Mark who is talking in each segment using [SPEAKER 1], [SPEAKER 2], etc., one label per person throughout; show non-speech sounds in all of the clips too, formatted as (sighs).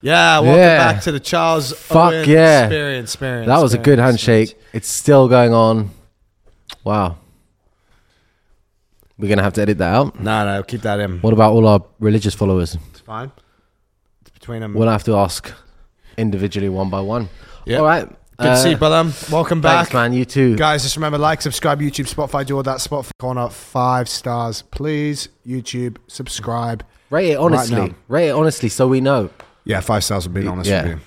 [SPEAKER 1] Yeah, welcome
[SPEAKER 2] Yeah.
[SPEAKER 1] back to the Charles
[SPEAKER 2] Fuck
[SPEAKER 1] Owen
[SPEAKER 2] yeah.
[SPEAKER 1] experience, experience.
[SPEAKER 2] That was a good
[SPEAKER 1] experience.
[SPEAKER 2] handshake. It's still going on. Wow. We're going to have to edit that out.
[SPEAKER 1] No, no, keep that in.
[SPEAKER 2] What about all our religious followers?
[SPEAKER 1] It's fine. It's between them.
[SPEAKER 2] We'll have to ask individually one by one.
[SPEAKER 1] Yeah.
[SPEAKER 2] All right.
[SPEAKER 1] good to see you, brother. Welcome back.
[SPEAKER 2] Uh, Thanks, man. You too.
[SPEAKER 3] Guys, just remember like, subscribe, YouTube, Spotify, do all that. Spotify corner, five stars, please. YouTube, subscribe.
[SPEAKER 2] Rate it honestly.
[SPEAKER 3] now.
[SPEAKER 2] Rate it honestly so we know.
[SPEAKER 3] Yeah, five stars would be honest
[SPEAKER 2] yeah.
[SPEAKER 3] with you.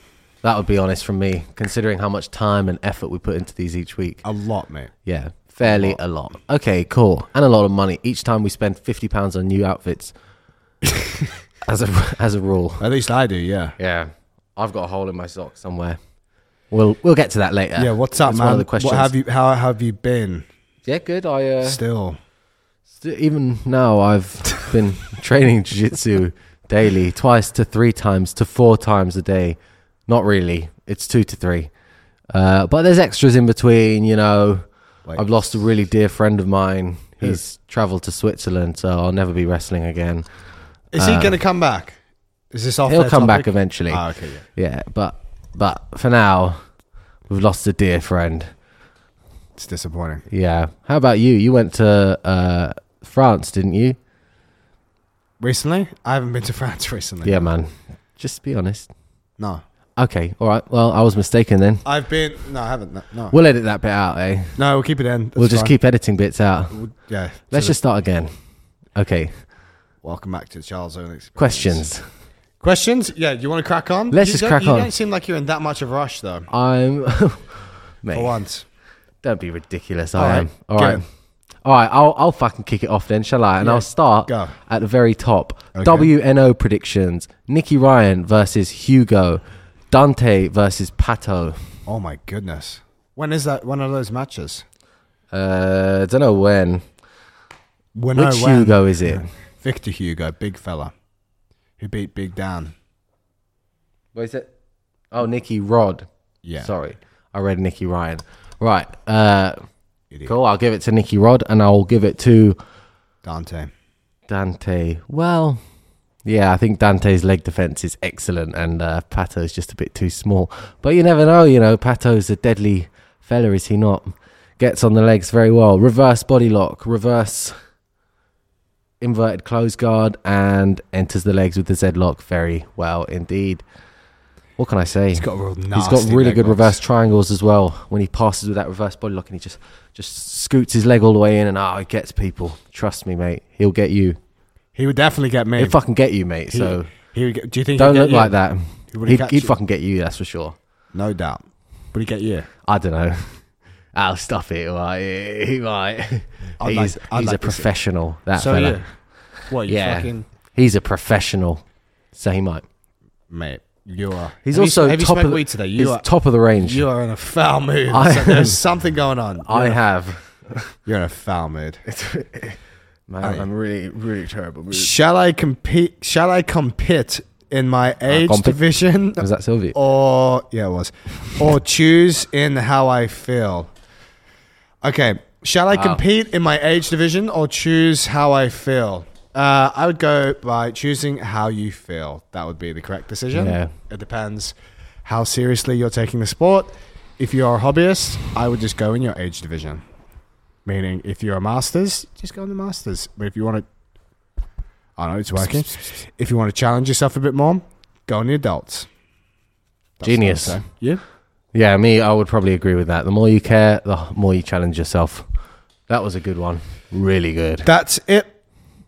[SPEAKER 2] That would be honest from me, considering how much time and effort we put into these each week.
[SPEAKER 3] A lot, mate.
[SPEAKER 2] Yeah, fairly a lot. Okay, cool. And a lot of money. Each time we spend fifty pounds on new
[SPEAKER 1] (laughs)
[SPEAKER 2] outfits. as a as a rule.
[SPEAKER 3] At least I do, yeah.
[SPEAKER 2] Yeah. I've got a hole in my sock somewhere. We'll we'll get to that later.
[SPEAKER 3] Yeah, what's up,
[SPEAKER 2] That's
[SPEAKER 3] man?
[SPEAKER 2] One of the questions.
[SPEAKER 3] What have you? How have you been?
[SPEAKER 2] Yeah, good. I uh,
[SPEAKER 3] Still,
[SPEAKER 2] st- even now I've been (laughs) training jiu-jitsu daily, twice to three times to four times a day. Not really. It's two to three. Uh, but there's extras in between, you know.
[SPEAKER 3] Like-
[SPEAKER 2] I've lost a really dear friend of mine. He's traveled to Switzerland, so I'll never be wrestling again.
[SPEAKER 1] Is he going to come back? Is this off?
[SPEAKER 2] Uh, He'll
[SPEAKER 1] their
[SPEAKER 2] come
[SPEAKER 1] topic?
[SPEAKER 2] back eventually.
[SPEAKER 1] Ah, okay, yeah.
[SPEAKER 2] Yeah, but but for now, we've lost a dear friend.
[SPEAKER 3] it's disappointing.
[SPEAKER 2] Yeah. How about you? You went to uh, France, didn't you?
[SPEAKER 3] Recently, I haven't been to (laughs) France recently.
[SPEAKER 2] Yeah, man. Just be honest.
[SPEAKER 3] No,
[SPEAKER 2] Okay. All right. Well, I was mistaken then.
[SPEAKER 3] I've been. No, I haven't. No, no,
[SPEAKER 2] We'll edit that bit out, eh?
[SPEAKER 3] no we'll keep it in.
[SPEAKER 2] we'll
[SPEAKER 3] That's
[SPEAKER 2] just
[SPEAKER 3] fine.
[SPEAKER 2] keep editing bits out.
[SPEAKER 3] We'll- yeah.
[SPEAKER 2] Let's
[SPEAKER 3] So
[SPEAKER 2] just start again. Okay.
[SPEAKER 3] welcome back to Charles Owen. Experience.
[SPEAKER 2] Questions.
[SPEAKER 1] Questions? Yeah, do you want to crack on?
[SPEAKER 2] Let's
[SPEAKER 1] You
[SPEAKER 2] just
[SPEAKER 1] don't-
[SPEAKER 2] crack on.
[SPEAKER 1] You don't seem like you're in that much of a rush, though.
[SPEAKER 2] I'm. (laughs)
[SPEAKER 3] For
[SPEAKER 2] Mate,
[SPEAKER 3] once,
[SPEAKER 2] don't be ridiculous.
[SPEAKER 3] All
[SPEAKER 2] I
[SPEAKER 3] right,
[SPEAKER 2] am. All
[SPEAKER 3] go.
[SPEAKER 2] right. All right. I'll, I'll fucking kick it off then, shall I? And I'll start
[SPEAKER 3] go.
[SPEAKER 2] at the very top. WNO predictions Nikki Ryan versus Hugo, Dante versus Pato.
[SPEAKER 3] oh my goodness, when is that? When are those matches?
[SPEAKER 2] Uh, don't know when.
[SPEAKER 3] When?
[SPEAKER 2] Which
[SPEAKER 3] oh, when?
[SPEAKER 2] Hugo is it?
[SPEAKER 3] Victor Hugo, big fella, who beat Big Dan.
[SPEAKER 2] What is it? Oh, Nikki Rod.
[SPEAKER 3] Yeah.
[SPEAKER 2] Sorry, I read Nikki Ryan. Right. Uh,
[SPEAKER 3] Idiot.
[SPEAKER 2] cool. I'll give it to Nikki Rod, and I'll give it to
[SPEAKER 3] Dante.
[SPEAKER 2] Dante. Well, yeah, I think Dante's leg defense is excellent, and uh, Pato's just a bit too small. But you never know. You know, Pato's a deadly fella, is he not? Gets on the legs very well. Reverse body lock. Reverse. Inverted close guard and enters the legs with the Z lock very well indeed. What can I say?
[SPEAKER 3] He's got a real
[SPEAKER 2] He's
[SPEAKER 3] nasty
[SPEAKER 2] got really
[SPEAKER 3] leg
[SPEAKER 2] good
[SPEAKER 3] locks.
[SPEAKER 2] reverse triangles as well. When he passes with that reverse body lock and he just just scoots his leg all the way in and oh, he gets people. Trust me, mate. He'll get you.
[SPEAKER 3] He would definitely get me.
[SPEAKER 2] He'll fucking get you, mate.
[SPEAKER 3] He-
[SPEAKER 2] So
[SPEAKER 3] he would get, do you think
[SPEAKER 2] don't
[SPEAKER 3] he'd get
[SPEAKER 2] look
[SPEAKER 3] you?
[SPEAKER 2] like that.
[SPEAKER 3] He would've
[SPEAKER 2] He'd,
[SPEAKER 3] catch
[SPEAKER 2] he'd
[SPEAKER 3] you.
[SPEAKER 2] fucking get you. That's for sure.
[SPEAKER 3] No doubt. Would he get you?
[SPEAKER 2] I don't know. (laughs) I'll stop it. All right, he might.
[SPEAKER 3] I'd
[SPEAKER 2] he's
[SPEAKER 3] like- I'd
[SPEAKER 2] he's
[SPEAKER 3] like to
[SPEAKER 2] a
[SPEAKER 3] see-
[SPEAKER 2] professional. That
[SPEAKER 1] So,
[SPEAKER 2] fella.
[SPEAKER 1] yeah. What, you
[SPEAKER 2] Yeah.
[SPEAKER 1] fucking.
[SPEAKER 2] He's a professional. So he might.
[SPEAKER 3] Mate, you are.
[SPEAKER 2] He's
[SPEAKER 1] Have you-
[SPEAKER 2] also
[SPEAKER 1] have you
[SPEAKER 2] top
[SPEAKER 1] smoked
[SPEAKER 2] of the,
[SPEAKER 1] weed today? You
[SPEAKER 2] he's
[SPEAKER 1] are-
[SPEAKER 2] top of the range.
[SPEAKER 1] You are in a foul
[SPEAKER 2] (laughs)
[SPEAKER 1] mood.
[SPEAKER 2] I
[SPEAKER 1] So
[SPEAKER 2] am.
[SPEAKER 1] there's something going on.
[SPEAKER 2] I have.
[SPEAKER 3] You're in a foul mood.
[SPEAKER 2] Man, I'm really, really terrible. Was
[SPEAKER 3] Shall I compete? Shall I compete in my age (laughs)
[SPEAKER 2] compete.
[SPEAKER 3] division,
[SPEAKER 2] that Sylvie?
[SPEAKER 3] or yeah, it was, or choose in how I feel? Okay. Shall I compete in my age division or choose how I feel? Uh, I would go by choosing how you feel. That would be the correct decision.
[SPEAKER 2] Yeah.
[SPEAKER 3] It depends how seriously you're taking the sport. If you are a hobbyist, I would just go in your age division. Meaning, if you're a masters, just go in the masters. But if you want to, I know it's working. If you want to challenge yourself a bit more, go in the adults. That's what I would
[SPEAKER 2] Genius.
[SPEAKER 3] say. Yeah.
[SPEAKER 2] Yeah, me, I would probably agree with that. The more you care, the more you challenge yourself. That was a good one. Really good.
[SPEAKER 3] That's it.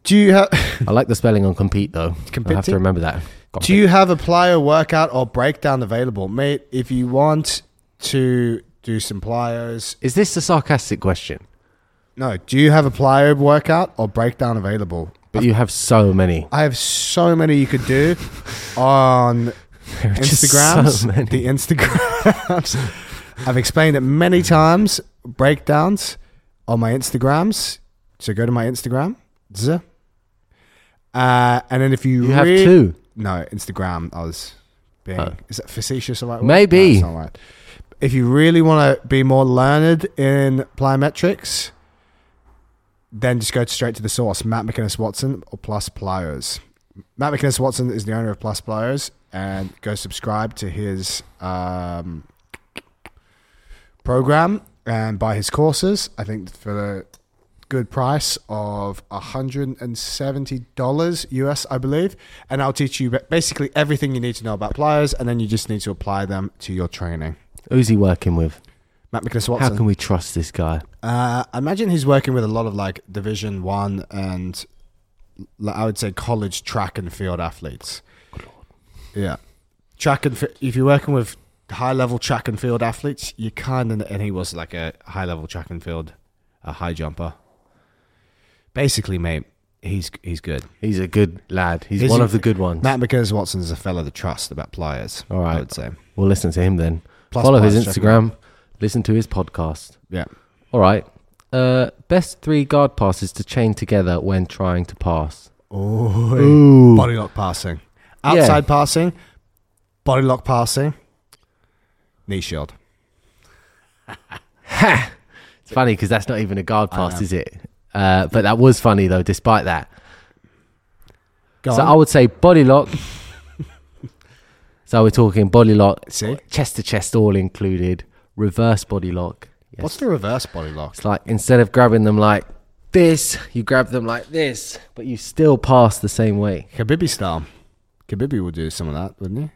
[SPEAKER 3] Do you have?
[SPEAKER 2] I like the spelling on compete though. I have
[SPEAKER 3] Compete?
[SPEAKER 2] to remember that.
[SPEAKER 3] (laughs) Do you have a plyo workout or breakdown available, mate? If you want to do some plyos,
[SPEAKER 2] Is this a sarcastic question?
[SPEAKER 3] no. Do you have a plyo workout or breakdown available?
[SPEAKER 2] But you have so many.
[SPEAKER 3] I have so many you could do on
[SPEAKER 2] (laughs) There are just
[SPEAKER 3] Instagrams.
[SPEAKER 2] So many.
[SPEAKER 3] The Instagrams. I've explained it many times. Breakdowns on my Instagrams. So go to my Instagram. Z. Uh, and then if you
[SPEAKER 2] You have
[SPEAKER 3] rea-
[SPEAKER 2] two.
[SPEAKER 3] No, Instagram. I was being.
[SPEAKER 2] Oh.
[SPEAKER 3] Is that facetious? The right word?
[SPEAKER 2] Maybe.
[SPEAKER 3] No, it's not right. If you really want to be more learned in plyometrics, then just go straight to the source. Matt McInnes Watson or Plus Pliers. Matt McInnes Watson is the owner of Plus Pliers. and go subscribe to his um, program and buy his courses. I think for the good price of $170 US, I believe. And I'll teach you ba- basically everything you need to know about pliers, and then you just need to apply them to your training.
[SPEAKER 2] Who's he working with?
[SPEAKER 3] Matt McNiss
[SPEAKER 2] How
[SPEAKER 3] Watson.
[SPEAKER 2] can we trust this guy?
[SPEAKER 3] Uh, I imagine he's working with a lot of like Division One and l- I would say college track and field athletes. Yeah, track and fi- if you're working with high level track and field athletes, you kind of and he was like a high level track and field, a high jumper. Basically, mate, he's he's good.
[SPEAKER 2] He's a good lad. He's
[SPEAKER 3] Is
[SPEAKER 2] one
[SPEAKER 3] he-
[SPEAKER 2] of the good ones.
[SPEAKER 3] Matt because Watson is a fellow to trust about pliers.
[SPEAKER 2] All right.
[SPEAKER 3] I would say.
[SPEAKER 2] We'll listen to him then.
[SPEAKER 3] Plus
[SPEAKER 2] Follow his
[SPEAKER 3] Pliers, check him
[SPEAKER 2] Instagram. Listen to his podcast.
[SPEAKER 3] Yeah,
[SPEAKER 2] All right. Uh, best three guard passes to chain together when trying to pass. Ooh.
[SPEAKER 3] body lock passing,
[SPEAKER 2] Yeah.
[SPEAKER 3] outside passing, body lock passing, knee shield.
[SPEAKER 2] It's funny because that's not even a guard pass, is it? Uh, but that was funny though, despite that.
[SPEAKER 3] Go
[SPEAKER 2] so
[SPEAKER 3] on.
[SPEAKER 2] I would say body lock. so we're talking body lock,
[SPEAKER 3] See?
[SPEAKER 2] chest to chest, all included. Reverse body lock. Yes.
[SPEAKER 3] What's the reverse body lock?
[SPEAKER 2] It's like instead of grabbing them like this, you grab them like this, but you still pass the same way.
[SPEAKER 3] Khabib style. Khabib would do some of that, wouldn't he?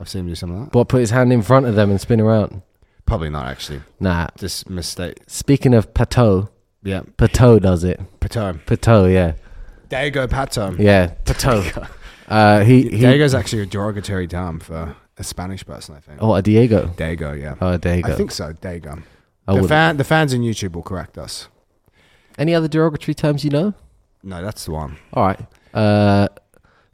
[SPEAKER 3] I've seen him do some of that.
[SPEAKER 2] But put his hand in front of them and spin around.
[SPEAKER 3] Probably not actually.
[SPEAKER 2] Nah.
[SPEAKER 3] Just mistake.
[SPEAKER 2] Speaking of Pateau,
[SPEAKER 3] Yeah,
[SPEAKER 2] Pateau does it.
[SPEAKER 3] Pato.
[SPEAKER 2] Pateau, yeah,
[SPEAKER 3] Dago Pato.
[SPEAKER 2] yeah, Pateau. Uh, he, he
[SPEAKER 3] Dago's actually a derogatory term for a Spanish person, I think.
[SPEAKER 2] Oh, a Diego.
[SPEAKER 3] Dago, yeah.
[SPEAKER 2] Oh, a Diego.
[SPEAKER 3] I think so. Dago. the,
[SPEAKER 2] I wouldn't.
[SPEAKER 3] fan, the fans in YouTube will correct us.
[SPEAKER 2] Any other derogatory terms you know?
[SPEAKER 3] No, that's the one.
[SPEAKER 2] All right. Uh,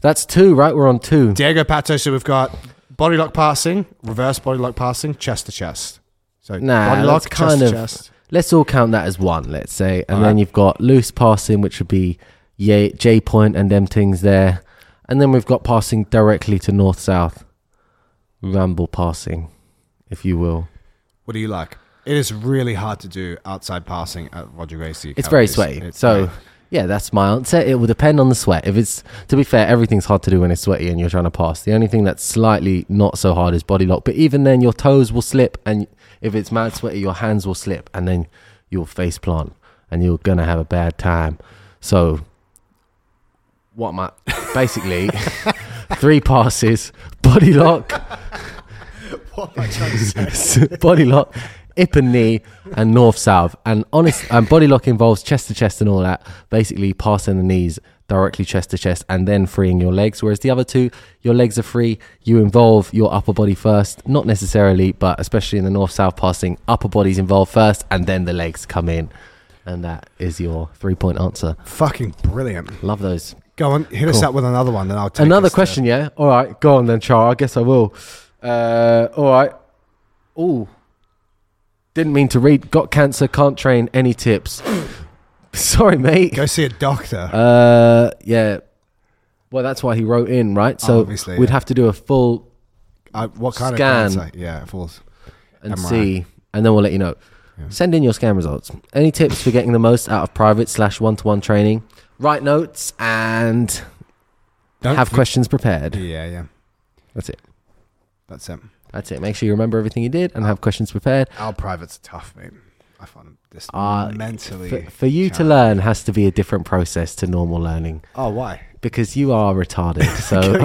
[SPEAKER 2] that's two, right? We're on two.
[SPEAKER 3] Diego Pato. So we've got body lock passing, reverse body lock passing, chest to chest. So
[SPEAKER 2] Nah,
[SPEAKER 3] body lock,
[SPEAKER 2] that's
[SPEAKER 3] chest
[SPEAKER 2] kind
[SPEAKER 3] to
[SPEAKER 2] of-
[SPEAKER 3] chest.
[SPEAKER 2] Let's all count that as one, let's say. And
[SPEAKER 3] All
[SPEAKER 2] then
[SPEAKER 3] right.
[SPEAKER 2] you've got loose passing, which would be J, J point and them things there. And then we've got passing directly to north south, ramble passing, if you will.
[SPEAKER 3] What do you like? It is really hard to do outside passing at Roger Gracie.
[SPEAKER 2] It's very
[SPEAKER 3] Cowboys.
[SPEAKER 2] sweaty.
[SPEAKER 3] It's
[SPEAKER 2] so,
[SPEAKER 3] very-
[SPEAKER 2] yeah, that's my answer. It will depend on the sweat. If it's, to be fair, everything's hard to do when it's sweaty and you're trying to pass. The only thing that's slightly not so hard is body lock. But even then, your toes will slip. And if it's mad sweaty, your hands will slip. And then you'll face plant and you're going to have a bad time. So, what am I? Basically, (laughs) three passes, body lock,
[SPEAKER 3] What am I trying to say?
[SPEAKER 2] (laughs) body lock, hip and knee, and north south. And honest, and body lock involves chest to chest and all that. Basically, passing the knees directly chest to chest and then freeing your legs. Whereas the other two, your legs are free. You involve your upper body first, not necessarily, but especially in the north south passing, upper body's involved first, and then the legs come in. And that is your three point answer.
[SPEAKER 3] Fucking brilliant.
[SPEAKER 2] Love those.
[SPEAKER 3] Go on, hit us
[SPEAKER 2] Cool.
[SPEAKER 3] up with another one, then I'll take
[SPEAKER 2] Another
[SPEAKER 3] us to-
[SPEAKER 2] question, yeah? All right, go on then, Char. I guess I will. Uh, all right. Ooh. Didn't mean to read. Got cancer, can't train. Any tips? (laughs) Sorry, mate.
[SPEAKER 3] Go see a doctor.
[SPEAKER 2] Uh, yeah. Well, that's why he wrote in, right? So
[SPEAKER 3] Obviously,
[SPEAKER 2] we'd
[SPEAKER 3] yeah.
[SPEAKER 2] have to do a full
[SPEAKER 3] I, what kind
[SPEAKER 2] scan.
[SPEAKER 3] of cancer? Yeah, falls.
[SPEAKER 2] and
[SPEAKER 3] MRI.
[SPEAKER 2] see, and then we'll let you know. Send in your scan results. Any tips for getting the most out of private slash one to one training? Write notes and
[SPEAKER 3] Don't
[SPEAKER 2] have
[SPEAKER 3] f-
[SPEAKER 2] questions prepared.
[SPEAKER 3] Yeah, yeah.
[SPEAKER 2] That's it.
[SPEAKER 3] That's it.
[SPEAKER 2] That's it. Make sure you remember everything you did and have questions prepared.
[SPEAKER 3] Our privates are tough, mate. I find them just
[SPEAKER 2] Uh,
[SPEAKER 3] mentally.
[SPEAKER 2] For, for you to
[SPEAKER 3] challenging.
[SPEAKER 2] learn has to be a different process to normal learning
[SPEAKER 3] Oh, why?
[SPEAKER 2] because you
[SPEAKER 3] (laughs)
[SPEAKER 2] are retarded. So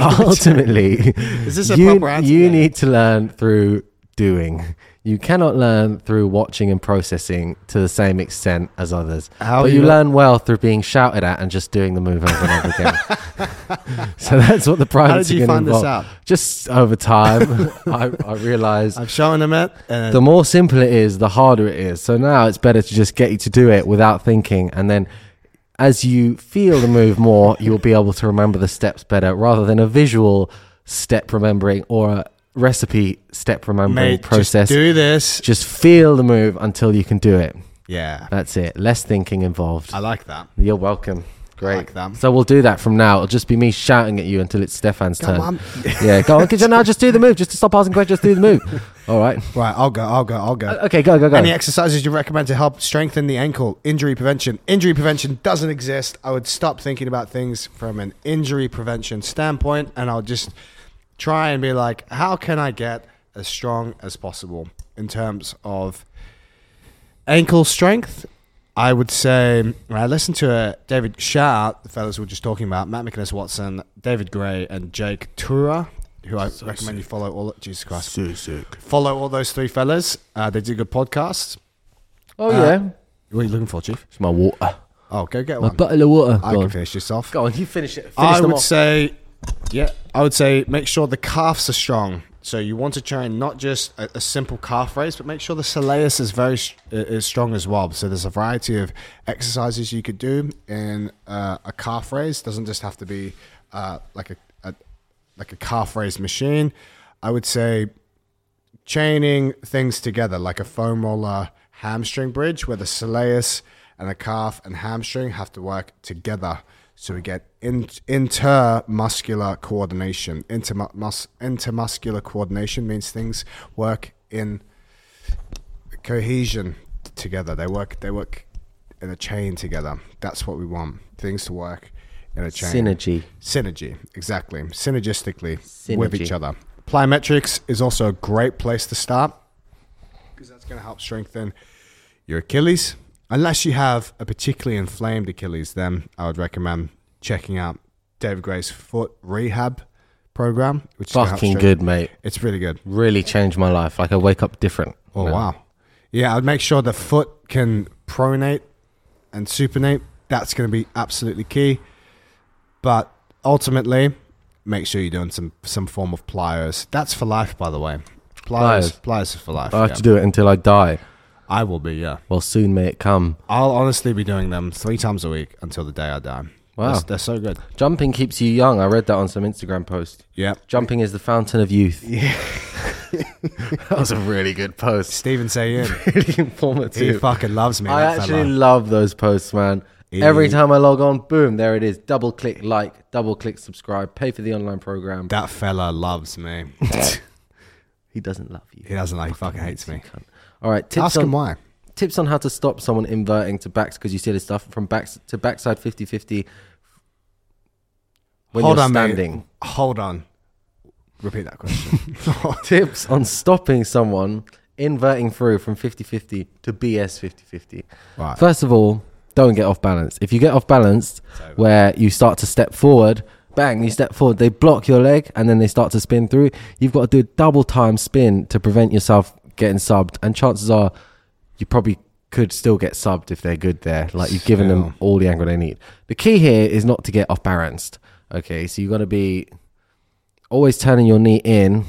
[SPEAKER 2] ultimately,
[SPEAKER 3] Is this a
[SPEAKER 2] you,
[SPEAKER 3] proper answer?
[SPEAKER 2] you
[SPEAKER 3] then?
[SPEAKER 2] need to learn through doing. You cannot learn through watching and processing to the same extent as others.
[SPEAKER 3] How
[SPEAKER 2] but
[SPEAKER 3] you
[SPEAKER 2] you
[SPEAKER 3] le-
[SPEAKER 2] learn well through being shouted at and just doing the move over and over again.
[SPEAKER 3] (laughs)
[SPEAKER 2] so that's what the
[SPEAKER 3] How did
[SPEAKER 2] privates are
[SPEAKER 3] you
[SPEAKER 2] going to
[SPEAKER 3] find
[SPEAKER 2] involve.
[SPEAKER 3] this out?
[SPEAKER 2] Just over time,
[SPEAKER 3] (laughs)
[SPEAKER 2] I, I realized
[SPEAKER 3] I've shown them it, and
[SPEAKER 2] the more simple it is, the harder it is. So now it's better to just get you to do it without thinking. And then as you feel the move more, you'll be able to remember the steps better rather than a visual step remembering or a recipe step remembering
[SPEAKER 3] mate,
[SPEAKER 2] process.
[SPEAKER 3] just do this.
[SPEAKER 2] Just feel the move until you can do it.
[SPEAKER 3] Yeah,
[SPEAKER 2] That's it. Less thinking involved.
[SPEAKER 3] I like that.
[SPEAKER 2] You're welcome.
[SPEAKER 3] I
[SPEAKER 2] Great.
[SPEAKER 3] like that.
[SPEAKER 2] So we'll do that from now. It'll just be me shouting at you until it's Stefan's
[SPEAKER 3] Come
[SPEAKER 2] turn.
[SPEAKER 3] on.
[SPEAKER 2] Yeah, go on. 'Cause Now just do the move. Just to stop asking questions, do the move.
[SPEAKER 3] (laughs)
[SPEAKER 2] All right.
[SPEAKER 3] Right, I'll go. I'll go. I'll go.
[SPEAKER 2] Okay, go, go, go.
[SPEAKER 3] Any exercises you recommend to help strengthen the ankle? Injury prevention. Injury prevention doesn't exist. I would stop thinking about things from an injury prevention standpoint and I'll just try and be like, how can I get as strong as possible in terms of ankle strength? I would say when I listened to uh, David Shah, the fellas we were just talking about, Matt McInnes Watson, David Gray, and Jake Tura, who I
[SPEAKER 1] So
[SPEAKER 3] recommend you
[SPEAKER 1] sick.
[SPEAKER 3] follow. All Jesus Christ,
[SPEAKER 1] So sick.
[SPEAKER 3] follow all those three fellas. Uh, they do good podcasts.
[SPEAKER 2] Oh
[SPEAKER 3] Uh,
[SPEAKER 2] yeah,
[SPEAKER 3] What are you looking for, Chief?
[SPEAKER 2] it's my water,
[SPEAKER 3] Oh, go get
[SPEAKER 2] my
[SPEAKER 3] one.
[SPEAKER 2] bottle of water.
[SPEAKER 3] I
[SPEAKER 2] Go on.
[SPEAKER 3] can finish this off.
[SPEAKER 2] Go on, you finish it. Finish
[SPEAKER 3] I
[SPEAKER 2] them
[SPEAKER 3] would
[SPEAKER 2] off.
[SPEAKER 3] say, yeah, I would say make sure the calves are strong. So you want to train not just a, a simple calf raise, but make sure the soleus is very s- i- is strong as well. So there's a variety of exercises you could do in uh, a calf raise. Doesn't just have to be uh, like a, a like a calf raise machine. I would say chaining things together like a foam roller hamstring bridge where the soleus and the calf and hamstring have to work together so we get in, intermuscular coordination Intermus, intermuscular coordination means things work in cohesion together they work they work in a chain together that's what we want things to work in a chain
[SPEAKER 2] synergy.
[SPEAKER 3] Synergy, exactly. Synergistically with
[SPEAKER 2] Synergy.
[SPEAKER 3] each other. Plyometrics is also a great place to start because that's going to help strengthen your Achilles. Unless you have a particularly inflamed Achilles, then I would recommend checking out David Gray's foot rehab program, which is gonna help
[SPEAKER 2] Fucking
[SPEAKER 3] strengthen-
[SPEAKER 2] good, mate.
[SPEAKER 3] It's really good.
[SPEAKER 2] Really changed my life. Like I wake up different.
[SPEAKER 3] Oh
[SPEAKER 2] now.
[SPEAKER 3] wow! Yeah, I'd make sure the foot can pronate and supinate. That's going to be absolutely key. But ultimately, make sure you're doing some some form of pliers. That's for life, by the way. Pliers,
[SPEAKER 2] Pliers.
[SPEAKER 3] pliers is for life.
[SPEAKER 2] I have
[SPEAKER 3] yeah.
[SPEAKER 2] to do it until I die.
[SPEAKER 3] I will be. Yeah,
[SPEAKER 2] Well, soon may it come.
[SPEAKER 3] I'll honestly be doing them three times a week until the day I die.
[SPEAKER 2] Wow.
[SPEAKER 3] That's- they're so good.
[SPEAKER 2] Jumping keeps you young. I read that on some Instagram post.
[SPEAKER 3] Yeah.
[SPEAKER 2] Jumping is the fountain of youth.
[SPEAKER 3] Yeah.
[SPEAKER 2] (laughs) that was a really good post.
[SPEAKER 3] Steven Sayin,
[SPEAKER 2] (laughs) Really
[SPEAKER 3] he
[SPEAKER 2] (laughs) informative.
[SPEAKER 3] fucking loves me.
[SPEAKER 2] I
[SPEAKER 3] that
[SPEAKER 2] actually
[SPEAKER 3] fella.
[SPEAKER 2] love those posts, man.
[SPEAKER 3] He-
[SPEAKER 2] Every time I log on, boom, there it is. Double click like, double click subscribe, pay for the online program.
[SPEAKER 3] that fella loves
[SPEAKER 2] (laughs)
[SPEAKER 3] me.
[SPEAKER 2] He doesn't love you.
[SPEAKER 3] He doesn't like. He fucking hates me.
[SPEAKER 2] Cunt. All right, tips
[SPEAKER 3] Ask him why.
[SPEAKER 2] on, tips on how to stop someone inverting to backs because you see this stuff from backs to backside 50 50 when you're
[SPEAKER 3] mate.
[SPEAKER 2] standing.
[SPEAKER 3] Hold on. Repeat that
[SPEAKER 2] (laughs)
[SPEAKER 3] question.
[SPEAKER 2] tips on stopping someone inverting through from 50-50 to BS 50-50.
[SPEAKER 3] right.
[SPEAKER 2] First of all, don't get off balance. If you get off balance
[SPEAKER 3] over.
[SPEAKER 2] where you start to step forward, bang, you step forward, they block your leg and then they start to spin through. You've got to do a double time spin to prevent yourself getting subbed and chances are you probably could still get subbed if they're good there. Like you've given
[SPEAKER 3] Still.
[SPEAKER 2] them all the angle they need. The key here is not to get off balanced. Okay, so you've got to be always turning your knee in.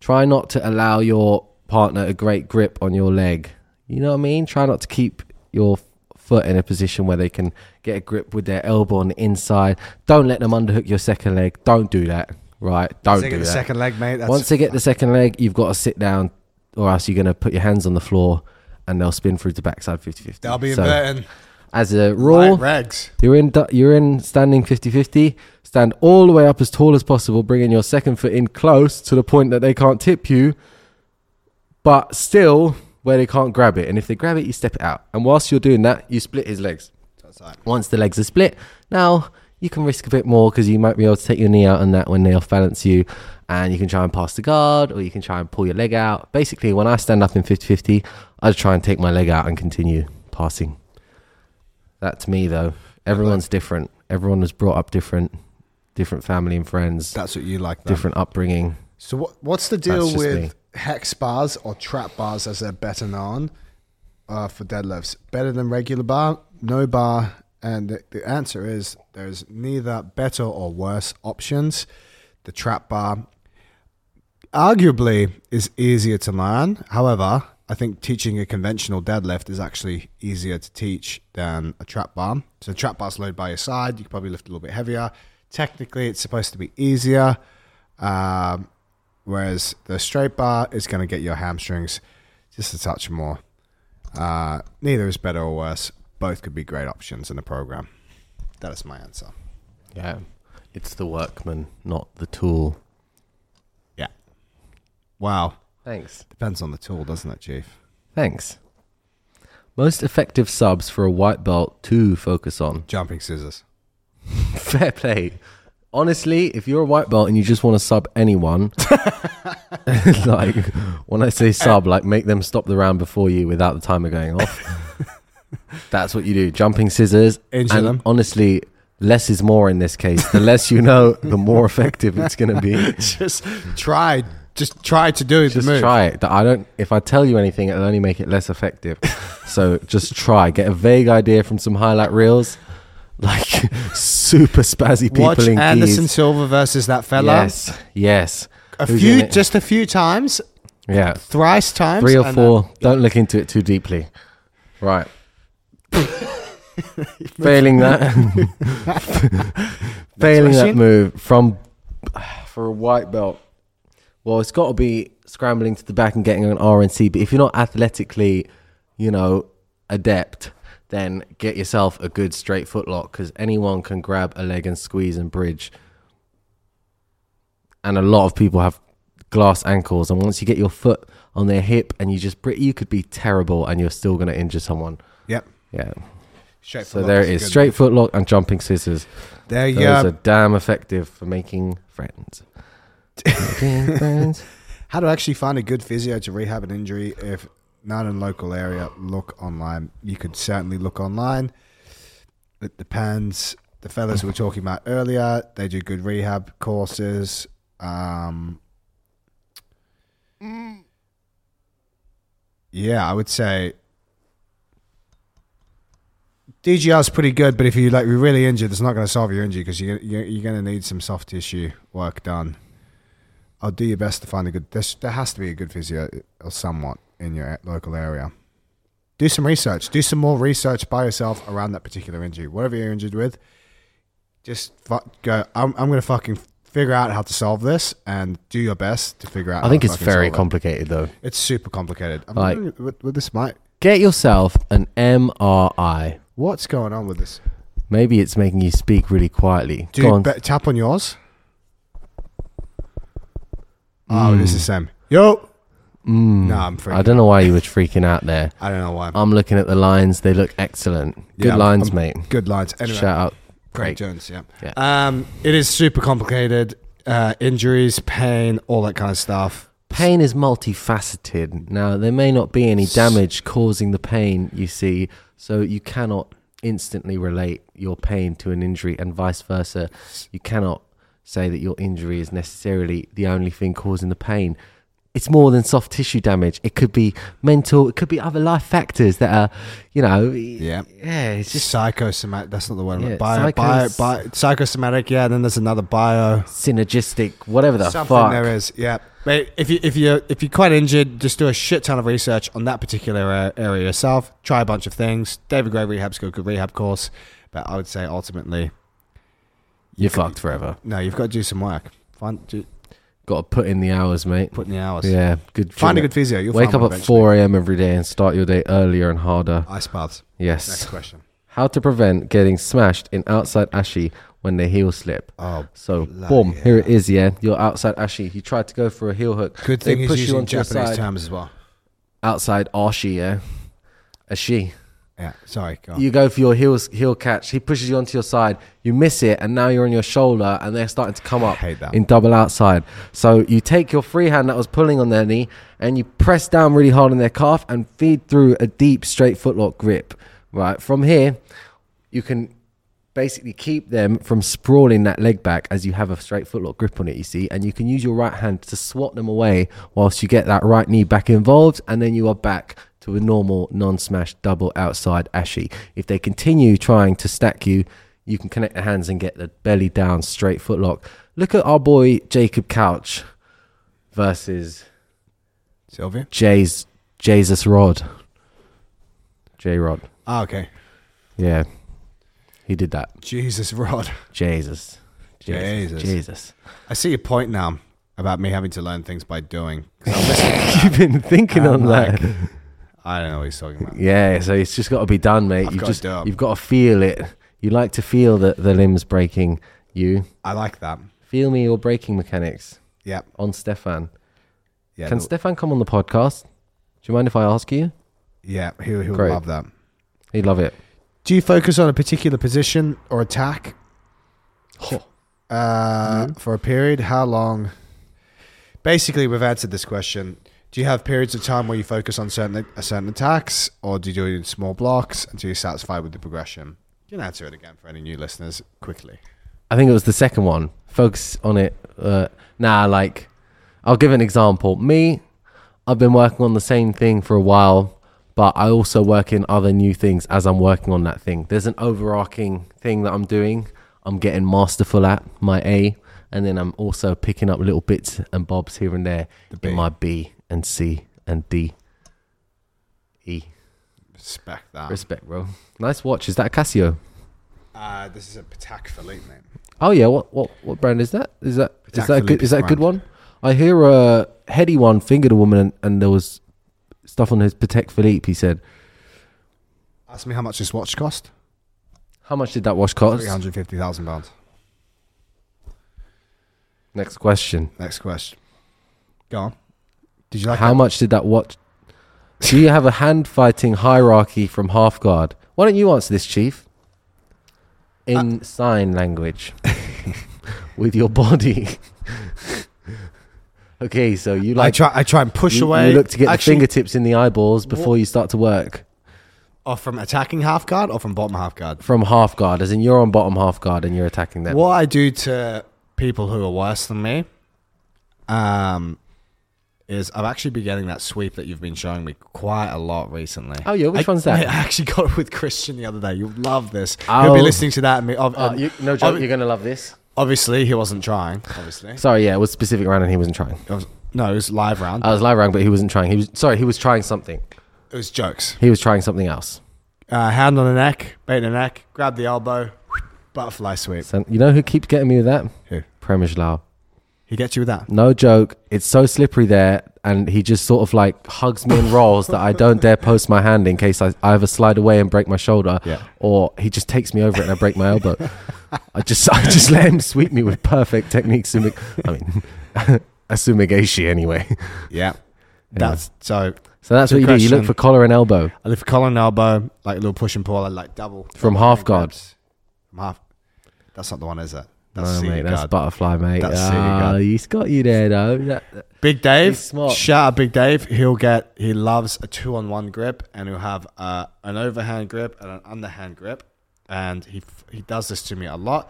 [SPEAKER 2] Try not to allow your partner a great grip on your leg. You know what I mean? Try not to keep your f- foot in a position where they can get a grip with their elbow on the inside. Don't let them underhook your second leg. Don't do that. Right? Don't
[SPEAKER 3] Take
[SPEAKER 2] do
[SPEAKER 3] the
[SPEAKER 2] that.
[SPEAKER 3] second leg, mate. That's
[SPEAKER 2] Once they get the second leg, you've got to sit down, or else you're going to put your hands on the floor and they'll spin through to backside 50 50.
[SPEAKER 3] they'll be inverting.
[SPEAKER 2] As a
[SPEAKER 3] Right,
[SPEAKER 2] rule,
[SPEAKER 3] regs.
[SPEAKER 2] you're in du- you're in standing 50-50. Stand all the way up as tall as possible, bringing your second foot in close to the point that they can't tip you, but still where they can't grab it. And if they grab it, you step it out. And whilst you're doing that, you split his legs.
[SPEAKER 3] That's right.
[SPEAKER 2] Once the legs are split, now you can risk a bit more because you might be able to take your knee out on that when they off balance you. And you can try and pass the guard or you can try and pull your leg out. Basically, when I stand up in 50 50, I try and take my leg out and continue passing. That's me, though. Everyone's different. Everyone was brought up different, different family and friends,
[SPEAKER 3] That's what you like. Then.
[SPEAKER 2] different upbringing.
[SPEAKER 3] So what, what's the deal
[SPEAKER 2] That's just
[SPEAKER 3] with
[SPEAKER 2] me.
[SPEAKER 3] hex bars or trap bars, as they're better known, uh, for deadlifts? Better than regular bar, no bar, and the, the answer is there's neither better or worse options. The trap bar, arguably, is easier to learn. However, I think teaching a conventional deadlift is actually easier to teach than a trap bar. So trap bar's loaded by your side. You can probably lift a little bit heavier. Technically, it's supposed to be easier. Um, whereas the straight bar is going to get your hamstrings just a touch more. Uh, neither is better or worse. Both could be great options in the program. That is my answer.
[SPEAKER 2] Yeah. It's the workman, not the tool.
[SPEAKER 3] Yeah. Wow.
[SPEAKER 2] Thanks.
[SPEAKER 3] Depends on the tool, doesn't it, Chief?
[SPEAKER 2] Thanks. Most effective subs for a white belt to focus on. (laughs)
[SPEAKER 3] Jumping scissors.
[SPEAKER 2] Fair play. Honestly, if you're a white belt and you just want to sub
[SPEAKER 3] (laughs)
[SPEAKER 2] anyone, (laughs) like when I say sub, like make them stop the round before you without the timer going off.
[SPEAKER 3] (laughs)
[SPEAKER 2] That's what you do. Jumping scissors.
[SPEAKER 3] Injure
[SPEAKER 2] and
[SPEAKER 3] them.
[SPEAKER 2] honestly, less is more in this case. The less you know, the more effective it's going
[SPEAKER 3] (laughs)
[SPEAKER 2] to be.
[SPEAKER 3] just try, just try to do
[SPEAKER 2] Just
[SPEAKER 3] the move.
[SPEAKER 2] try it. That I don't. If I tell you anything, it'll only make it
[SPEAKER 3] (laughs)
[SPEAKER 2] less effective. so just try. Get a vague idea from some highlight reels, like (laughs) super spazzy people
[SPEAKER 3] Watch
[SPEAKER 2] in
[SPEAKER 3] Anderson
[SPEAKER 2] geese.
[SPEAKER 3] Silva versus that fella.
[SPEAKER 2] Yes, yes.
[SPEAKER 3] A
[SPEAKER 2] Who's in
[SPEAKER 3] few,
[SPEAKER 2] it?
[SPEAKER 3] just a few times,
[SPEAKER 2] yeah,
[SPEAKER 3] thrice times,
[SPEAKER 2] three
[SPEAKER 3] and
[SPEAKER 2] or
[SPEAKER 3] uh,
[SPEAKER 2] four. Don't look into it too deeply. Right. Failing that, (laughs) failing that
[SPEAKER 3] question.
[SPEAKER 2] move from (sighs) for a white belt. Well, it's got to be scrambling to the back and getting an RNC. But if you're not athletically, you know, adept, then get yourself a good straight footlock because anyone can grab a leg and squeeze and bridge. And a lot of people have glass ankles, and once you get your foot on their hip and you just bri- you could be terrible, and you're still going to injure someone.
[SPEAKER 3] then- Yep.
[SPEAKER 2] Yeah.
[SPEAKER 3] Straight
[SPEAKER 2] So
[SPEAKER 3] footlock
[SPEAKER 2] there it
[SPEAKER 3] a
[SPEAKER 2] is.
[SPEAKER 3] good-
[SPEAKER 2] Straight foot lock and jumping scissors.
[SPEAKER 3] There you
[SPEAKER 2] Those
[SPEAKER 3] go.
[SPEAKER 2] are damn effective for making
[SPEAKER 3] (laughs)
[SPEAKER 2] friends. Making friends.
[SPEAKER 3] How to actually find a good physio to rehab an injury if not in local area? Look online. You could certainly look online. It depends. The fellas we were talking about earlier, they do good rehab courses. Um, yeah, I would say DGR is pretty good, but if you like, you're really injured, it's not going to solve your injury because you, you, you're going to need some soft tissue work done. I'll do your best to find a good. There's, there has to be a good physio or somewhat in your local area. Do some research. Do some more research by yourself around that particular injury. Whatever you're injured with, just fu- go. I'm, I'm going to fucking figure out how to solve this and do your best to figure out.
[SPEAKER 2] I
[SPEAKER 3] how
[SPEAKER 2] think
[SPEAKER 3] to
[SPEAKER 2] it's
[SPEAKER 3] fucking
[SPEAKER 2] very
[SPEAKER 3] solve it.
[SPEAKER 2] complicated though.
[SPEAKER 3] It's super complicated. I'm
[SPEAKER 2] Like-
[SPEAKER 3] wondering what, what this might.
[SPEAKER 2] Get yourself an MRI.
[SPEAKER 3] What's going on with this?
[SPEAKER 2] Maybe it's making you speak really quietly.
[SPEAKER 3] Do
[SPEAKER 2] Go
[SPEAKER 3] you
[SPEAKER 2] on.
[SPEAKER 3] be- tap on yours? Oh, it is the same. Yo.
[SPEAKER 2] Mm.
[SPEAKER 3] Nah, I'm freaking.
[SPEAKER 2] Hmm. I don't know why you were freaking out there.
[SPEAKER 3] I don't know why.
[SPEAKER 2] I'm looking at the lines. They look excellent. Good
[SPEAKER 3] Yeah, I'm-
[SPEAKER 2] lines,
[SPEAKER 3] I'm-
[SPEAKER 2] mate.
[SPEAKER 3] Good lines. Anyway,
[SPEAKER 2] Shout out.
[SPEAKER 3] Craig
[SPEAKER 2] Great.
[SPEAKER 3] Jones. Yeah. Um, it is super complicated. Uh, injuries, pain, all that kind of stuff.
[SPEAKER 2] Pain is multifaceted. Now, there may not be any damage causing the pain, you see, so you cannot instantly relate your pain to an injury and vice versa. You cannot say that your injury is necessarily the only thing causing the pain. It's more than soft tissue damage. It could be mental, it could be other life factors that are, you know,
[SPEAKER 3] Yeah.
[SPEAKER 2] yeah it's just
[SPEAKER 3] psychosomatic. That's not the word.
[SPEAKER 2] Yeah,
[SPEAKER 3] bio,
[SPEAKER 2] psychos-
[SPEAKER 3] bio, bio, psychosomatic. Yeah. Then there's another bio.
[SPEAKER 2] synergistic, whatever the
[SPEAKER 3] Something
[SPEAKER 2] fuck.
[SPEAKER 3] there is, yeah. But if you if you if you're quite injured, just do a shit ton of research on that particular uh, area yourself. Try a bunch of things. David Gray Rehab School, good rehab course. But I would say ultimately,
[SPEAKER 2] You're fucked forever.
[SPEAKER 3] no, you've got to do some work. Find do,
[SPEAKER 2] Got to put in the hours, mate.
[SPEAKER 3] put in the hours.
[SPEAKER 2] Yeah, good.
[SPEAKER 3] Find a
[SPEAKER 2] job.
[SPEAKER 3] good physio. You'll
[SPEAKER 2] Wake
[SPEAKER 3] find
[SPEAKER 2] up
[SPEAKER 3] one
[SPEAKER 2] at
[SPEAKER 3] eventually. Ah,
[SPEAKER 2] 4 a.m. every day and start your day earlier and harder.
[SPEAKER 3] Ice baths. Next
[SPEAKER 2] Yes.
[SPEAKER 3] question.
[SPEAKER 2] How to prevent getting smashed in outside ashy when the heel slip.
[SPEAKER 3] Oh,
[SPEAKER 2] So,
[SPEAKER 3] Bloody
[SPEAKER 2] boom,
[SPEAKER 3] hell.
[SPEAKER 2] here it is, yeah. You're outside ashy. You tried to go for a heel hook.
[SPEAKER 3] good
[SPEAKER 2] They
[SPEAKER 3] thing he's
[SPEAKER 2] push you
[SPEAKER 3] using
[SPEAKER 2] onto your
[SPEAKER 3] Japanese
[SPEAKER 2] side.
[SPEAKER 3] terms as well.
[SPEAKER 2] Outside ashy, yeah. Ashy.
[SPEAKER 3] Yeah. Sorry. Go on.
[SPEAKER 2] You go for your heel, heel catch. He pushes you onto your side. You miss it, and now you're on your shoulder, and they're starting to come up
[SPEAKER 3] hate that.
[SPEAKER 2] in double outside. So you take your free hand that was pulling on their knee, and you press down really hard on their calf and feed through a deep straight footlock grip. Right from here, you can basically keep them from sprawling that leg back as you have a straight footlock grip on it, you see, and you can use your right hand to swat them away whilst you get that right knee back involved, and then you are back to a normal non smash double outside ashy. If they continue trying to stack you, you can connect the hands and get the belly down straight footlock. Look at our boy Jacob Couch versus
[SPEAKER 3] Sylvia.
[SPEAKER 2] Jay's Jesus Rod. J Rod.
[SPEAKER 3] Ah, okay.
[SPEAKER 2] Yeah. He did that.
[SPEAKER 3] Jesus, (laughs) Rod.
[SPEAKER 2] Jesus.
[SPEAKER 3] Jesus.
[SPEAKER 2] Jesus.
[SPEAKER 3] I see your point now about me having to learn things by doing.
[SPEAKER 2] (laughs) You've been thinking
[SPEAKER 3] I'm
[SPEAKER 2] on
[SPEAKER 3] like-
[SPEAKER 2] that.
[SPEAKER 3] I don't know what he's talking
[SPEAKER 2] (laughs)
[SPEAKER 3] about.
[SPEAKER 2] Yeah, so it's just got to be done, mate.
[SPEAKER 3] I've
[SPEAKER 2] You
[SPEAKER 3] gotta
[SPEAKER 2] just
[SPEAKER 3] do it.
[SPEAKER 2] you've got to feel it. You like to feel that the limbs breaking you.
[SPEAKER 3] I like that.
[SPEAKER 2] Feel me your breaking mechanics
[SPEAKER 3] Yeah.
[SPEAKER 2] on Stefan.
[SPEAKER 3] Yeah.
[SPEAKER 2] Can
[SPEAKER 3] the-
[SPEAKER 2] Stefan come on the podcast? Do you mind if I ask you?
[SPEAKER 3] yeah. He'll, he'll
[SPEAKER 2] Great.
[SPEAKER 3] love that.
[SPEAKER 2] He'd love it.
[SPEAKER 3] Do you focus on a particular position or attack?
[SPEAKER 2] Mm-hmm.
[SPEAKER 3] Uh, For a period, how long? Basically, we've answered this question. Do you have periods of time where you focus on certain a certain attacks, or do you do it in small blocks until you're satisfied with the progression? You can answer it again for any new listeners quickly.
[SPEAKER 2] I think it was the second one. Focus on it. Uh, nah, like, I'll give an example. Me, I've been working on the same thing for a while, but I also work in other new things as I'm working on that thing. There's an overarching thing that I'm doing. I'm getting masterful at my A, and then I'm also picking up little bits and bobs here and there
[SPEAKER 3] B.
[SPEAKER 2] in my B and C and D. E.
[SPEAKER 3] Respect that.
[SPEAKER 2] Respect, bro. Nice watch. Is that a Casio?
[SPEAKER 3] uh, this is a Patek Philippe, mate.
[SPEAKER 2] Oh yeah, what what what brand is that? Is that is
[SPEAKER 3] Patek
[SPEAKER 2] that a good,
[SPEAKER 3] Philippe's
[SPEAKER 2] is that a good
[SPEAKER 3] brand.
[SPEAKER 2] one? I hear a heady one fingered a woman and, and there was stuff on his Patek Philippe. He said,
[SPEAKER 3] Ask me how much this watch cost.
[SPEAKER 2] "How much did that wash cost?"
[SPEAKER 3] Three hundred fifty thousand pounds.
[SPEAKER 2] Next question:
[SPEAKER 3] Next question. Go on. Did you like
[SPEAKER 2] How
[SPEAKER 3] that?
[SPEAKER 2] much did that watch? Do you have a hand fighting hierarchy from half guard? Why don't you answer this, Chief?
[SPEAKER 3] Uh,
[SPEAKER 2] In sign language, (laughs) with your body. (laughs) okay, so you
[SPEAKER 3] I
[SPEAKER 2] like
[SPEAKER 3] try. I try and push
[SPEAKER 2] you, you
[SPEAKER 3] away.
[SPEAKER 2] look to get
[SPEAKER 3] Actually,
[SPEAKER 2] the fingertips in the eyeballs before you start to work.
[SPEAKER 3] Or from attacking half guard, or from bottom half guard.
[SPEAKER 2] from half guard, as in you're on bottom half guard and you're attacking them.
[SPEAKER 3] What I do to people who are worse than me, um, is I've actually been getting that sweep that you've been showing me quite a lot recently.
[SPEAKER 2] Oh, yeah, which
[SPEAKER 3] I,
[SPEAKER 2] one's that?
[SPEAKER 3] mate, (laughs) I actually got it with Christian the other day. You'll love this. He'll be
[SPEAKER 2] Oh.
[SPEAKER 3] listening to that. And me, ob-
[SPEAKER 2] Uh,
[SPEAKER 3] and
[SPEAKER 2] you, no joke,
[SPEAKER 3] ob-
[SPEAKER 2] you're gonna love this.
[SPEAKER 3] obviously, he wasn't trying. Obviously,
[SPEAKER 2] Sorry, yeah, it was specific round and he wasn't trying.
[SPEAKER 3] It was- no, it was live round.
[SPEAKER 2] I was live round, but he wasn't trying. He was sorry, he was trying something.
[SPEAKER 3] it was jokes.
[SPEAKER 2] He was trying something else.
[SPEAKER 3] Uh, hand on the neck, bait in the neck, grab the elbow, butterfly sweep.
[SPEAKER 2] So you know who keeps getting me with that?
[SPEAKER 3] Who?
[SPEAKER 2] Premish Lau.
[SPEAKER 3] He gets you with that.
[SPEAKER 2] No joke. It's so slippery there, and he just sort of like hugs me and rolls that I don't dare post my hand in case I, I either slide away and break my shoulder,
[SPEAKER 3] Yeah.
[SPEAKER 2] or he just takes me over it and I break
[SPEAKER 3] (laughs)
[SPEAKER 2] my elbow. I just I just let him sweep me with perfect technique. Sumi- I mean, (laughs) assumigashi anyway.
[SPEAKER 3] Yeah, that's so.
[SPEAKER 2] So that's
[SPEAKER 3] Good
[SPEAKER 2] what you do. You
[SPEAKER 3] question.
[SPEAKER 2] look for collar and elbow
[SPEAKER 3] I live for collar and elbow, like a little push and pull. I like double
[SPEAKER 2] from half guard.
[SPEAKER 3] Grabs. From half. That's not the one, is it? That's
[SPEAKER 2] No,
[SPEAKER 3] senior
[SPEAKER 2] Oh, mate, that's
[SPEAKER 3] guard.
[SPEAKER 2] butterfly, mate.
[SPEAKER 3] That's
[SPEAKER 2] Ah,
[SPEAKER 3] senior guard.
[SPEAKER 2] he's got you there, though. That- that-
[SPEAKER 3] Big Dave.
[SPEAKER 2] He's smart.
[SPEAKER 3] Shout out Big Dave. He'll get. He loves a two-on-one grip, and he'll have uh, an overhand grip and an underhand grip, and he f- he does this to me a lot.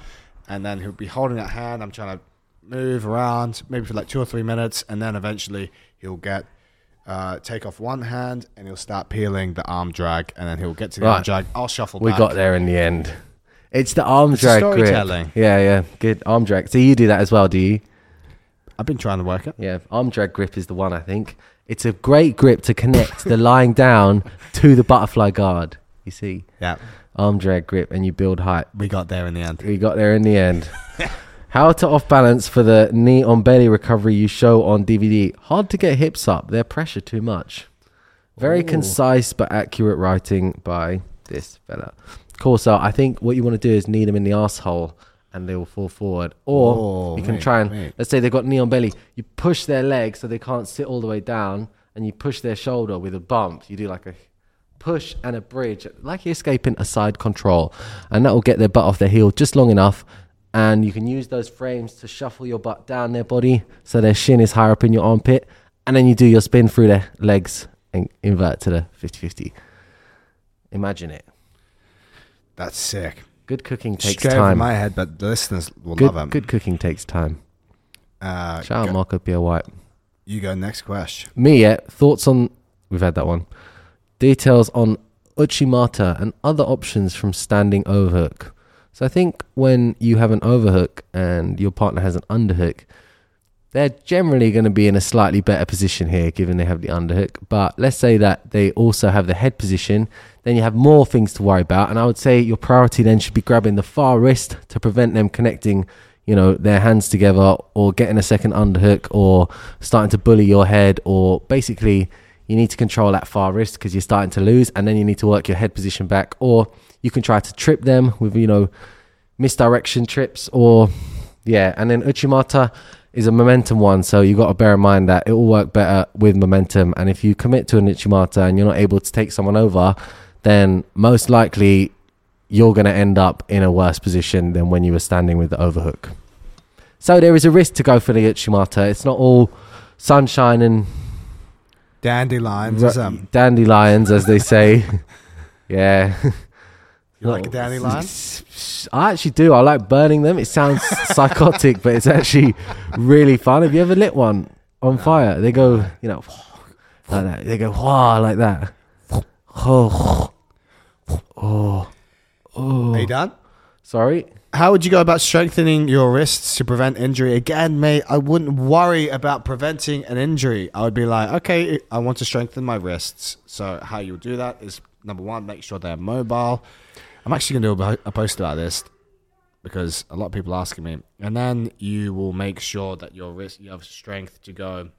[SPEAKER 3] And then he'll be holding that hand. I'm trying to move around, maybe for like two or three minutes, and then eventually he'll get. Uh, take off one hand and he'll start peeling the arm drag, and then he'll get to the arm
[SPEAKER 2] Right.
[SPEAKER 3] drag. I'll shuffle.
[SPEAKER 2] we
[SPEAKER 3] back.
[SPEAKER 2] got there in the end. It's the arm
[SPEAKER 3] the
[SPEAKER 2] drag grip.
[SPEAKER 3] storytelling.
[SPEAKER 2] Yeah, yeah, good arm drag. So you do that as well, do you?
[SPEAKER 3] I've been trying to work it.
[SPEAKER 2] Yeah, arm drag grip is the one I think. It's a great grip to connect the lying down to the butterfly guard. You see,
[SPEAKER 3] Yeah,
[SPEAKER 2] arm drag grip, and you build height.
[SPEAKER 3] we got there in the end.
[SPEAKER 2] We got there in
[SPEAKER 3] (laughs)
[SPEAKER 2] the end. How to off balance for the knee on belly recovery you show on DVD. Hard to get hips up. They're pressure too much. Very concise but accurate writing by this fella. Cool. So I think what you want to do is knee them in the asshole and they will fall forward. Or
[SPEAKER 3] Oh,
[SPEAKER 2] you can
[SPEAKER 3] mate,
[SPEAKER 2] try and
[SPEAKER 3] mate.
[SPEAKER 2] let's say they've got knee on belly. You push their leg so they can't sit all the way down, and you push their shoulder with a bump. You do like a push and a bridge, like you're escaping a side control, and that will get their butt off their heel just long enough. And you can use those frames to shuffle your butt down their body so their shin is higher up in your armpit, and then you do your spin through their legs and invert to the 50 50. Imagine it.
[SPEAKER 3] That's sick.
[SPEAKER 2] Good cooking takes
[SPEAKER 3] Straight over
[SPEAKER 2] time.
[SPEAKER 3] my head, but the listeners will love
[SPEAKER 2] Good,
[SPEAKER 3] him.
[SPEAKER 2] good cooking takes time.
[SPEAKER 3] Uh,
[SPEAKER 2] Shout
[SPEAKER 3] go-
[SPEAKER 2] out Marco Pierre White.
[SPEAKER 3] You go next question.
[SPEAKER 2] Me, yeah. Thoughts on. We've had that one. Details on Uchimata and other options from standing overhook. So I think when you have an overhook and your partner has an underhook, they're generally going to be in a slightly better position here, given they have the underhook. But let's say that they also have the head position, then you have more things to worry about. And I would say your priority then should be grabbing the far wrist to prevent them connecting, you know, their hands together or getting a second underhook or starting to bully your head. Or basically, you need to control that far wrist because you're starting to lose, and then you need to work your head position back. Or you can try to trip them with, you know, misdirection trips or yeah and then uchimata is a momentum one so you got to bear in mind that it will work better with momentum and if you commit to an uchimata and you're not able to take someone over then most likely you're going to end up in a worse position than when you were standing with the overhook So there is a risk to go for the Uchimata. It's not all sunshine and
[SPEAKER 3] Dandelions.
[SPEAKER 2] ru-
[SPEAKER 3] is, um,
[SPEAKER 2] dandelions, as they say. (laughs) yeah.
[SPEAKER 3] you
[SPEAKER 2] Oh,
[SPEAKER 3] like a dandelion?
[SPEAKER 2] I actually do. I like burning them. It
[SPEAKER 1] (laughs)
[SPEAKER 2] sounds psychotic, but it's actually really fun. Have you ever lit one on fire? They go, you know, like that. They go, wah,
[SPEAKER 1] (laughs)
[SPEAKER 2] like that. Oh, oh,
[SPEAKER 3] Are you
[SPEAKER 2] oh.
[SPEAKER 3] done?
[SPEAKER 2] Sorry?
[SPEAKER 1] How would you go about strengthening your wrists to prevent injury? Again, mate, I wouldn't worry about preventing an injury. I would be like, okay, I want to strengthen my wrists. So, how you'll do that is number one, make sure they're mobile. I'm actually going to do a bo- a post about this because a lot of people are asking me. And then you will make sure that your wrist, you have strength to go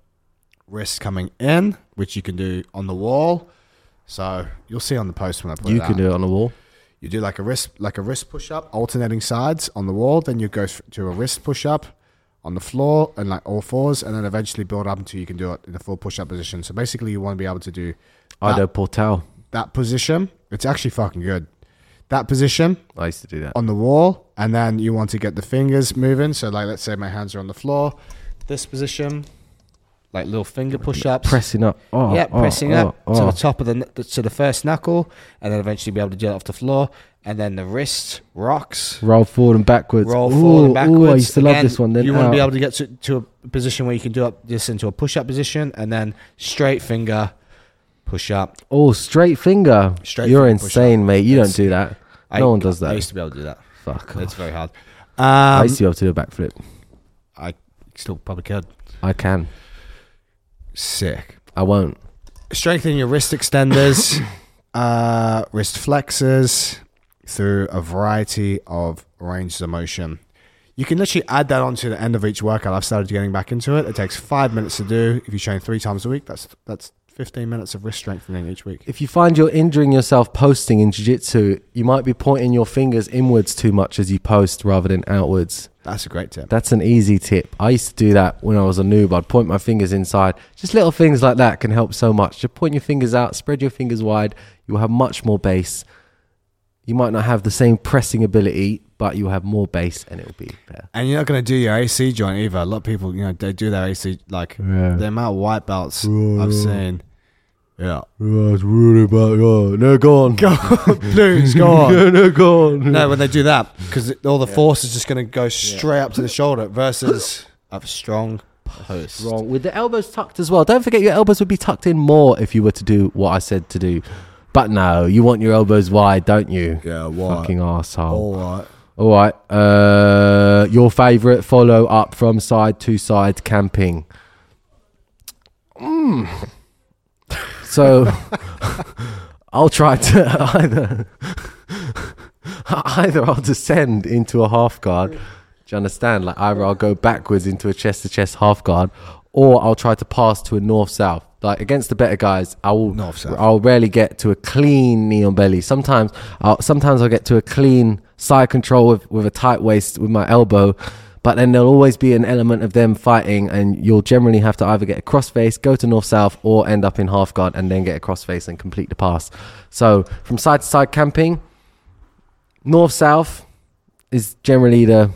[SPEAKER 3] Wrist coming in, which you can do on the wall. So you'll see on the post when I put
[SPEAKER 2] You
[SPEAKER 3] it
[SPEAKER 2] can
[SPEAKER 3] out.
[SPEAKER 2] do it on the wall.
[SPEAKER 3] You do like a wrist, like a wrist push up, alternating sides on the wall. Then you go f- to a wrist push up on the floor and like all fours, and then eventually build up until you can do it in the full push up position. So basically, you want to be able to do
[SPEAKER 2] Ido Portal.
[SPEAKER 3] that position. It's actually fucking good. That position
[SPEAKER 2] I used to do that.
[SPEAKER 3] on the wall, and then you want to get the fingers moving. So like, let's say my hands are on the floor,
[SPEAKER 1] this position, like little finger push ups.
[SPEAKER 2] Pressing up. Oh,
[SPEAKER 1] yeah,
[SPEAKER 2] oh,
[SPEAKER 1] pressing
[SPEAKER 2] oh,
[SPEAKER 1] up to
[SPEAKER 2] Oh.
[SPEAKER 1] the top of the kn- to the first knuckle, and then eventually be able to do it off the floor, and then the wrist rocks.
[SPEAKER 2] Roll forward and backwards.
[SPEAKER 1] Roll
[SPEAKER 2] Ooh,
[SPEAKER 1] forward and backwards.
[SPEAKER 2] Ooh, I used to love
[SPEAKER 1] Again,
[SPEAKER 2] this one. Then
[SPEAKER 1] you want to be
[SPEAKER 2] out.
[SPEAKER 1] able to get to, to a position where you can do up this into a push up position, and then straight finger push up.
[SPEAKER 2] Oh, straight finger.
[SPEAKER 1] Straight
[SPEAKER 2] You're
[SPEAKER 1] finger push
[SPEAKER 2] insane, mate. You
[SPEAKER 1] It's-
[SPEAKER 2] don't do that.
[SPEAKER 1] I-
[SPEAKER 2] no one does that.
[SPEAKER 1] I used to be able to do that.
[SPEAKER 2] Fuck.
[SPEAKER 1] It's very hard.
[SPEAKER 2] I
[SPEAKER 1] Um,
[SPEAKER 2] used to be able to do a backflip.
[SPEAKER 1] I still probably could.
[SPEAKER 2] I can.
[SPEAKER 3] sick.
[SPEAKER 2] I won't.
[SPEAKER 3] strengthening your wrist extenders, uh, wrist flexors through a variety of ranges of motion. You can literally add that on to the end of each workout. I've started getting back into it. It takes five minutes to do. If you train three times a week, that's that's fifteen minutes of wrist strengthening each week.
[SPEAKER 2] If you find you're injuring yourself posting in jiu-jitsu, you might be pointing your fingers inwards too much as you post rather than outwards.
[SPEAKER 3] That's a great tip.
[SPEAKER 2] That's an easy tip. I used to do that when I was a noob. I'd point my fingers inside. Just little things like that can help so much. Just point your fingers out, spread your fingers wide. You'll have much more base. You might not have the same pressing ability, but you'll have more base and it'll be better.
[SPEAKER 3] And you're not going to do your AC joint either. A lot of people, you know, they do their AC like the amount of white belts I've seen. Yeah, (laughs)
[SPEAKER 2] it's really bad. no, go on. Go
[SPEAKER 3] please go on.
[SPEAKER 2] (laughs) no, go on.
[SPEAKER 1] No, when they do that, because all the force is just going to go straight up to the shoulder versus a strong post.
[SPEAKER 2] wrong with the elbows tucked as well. Don't forget your elbows would be tucked in more if you were to do what I said to do. But no, you want your elbows wide, don't you?
[SPEAKER 3] Yeah, what?
[SPEAKER 2] Fucking asshole.
[SPEAKER 3] All right.
[SPEAKER 2] All right. Uh, your favorite follow up from side to side camping. Mm. (laughs) So (laughs) I'll try to (laughs) either (laughs) either I'll descend into a half guard. Do you understand? Like either I'll go backwards into a chest to chest half guard, or I'll try to pass to a north south. Like against the better guys, I will.
[SPEAKER 3] North-south.
[SPEAKER 2] I'll rarely get to a clean knee on belly. Sometimes, I'll, sometimes I'll get to a clean side control with, with a tight waist with my elbow. But then there'll always be an element of them fighting, and you'll generally have to either get a crossface, go to north south, or end up in half guard and then get a crossface and complete the pass. So from side to side camping, north south is generally the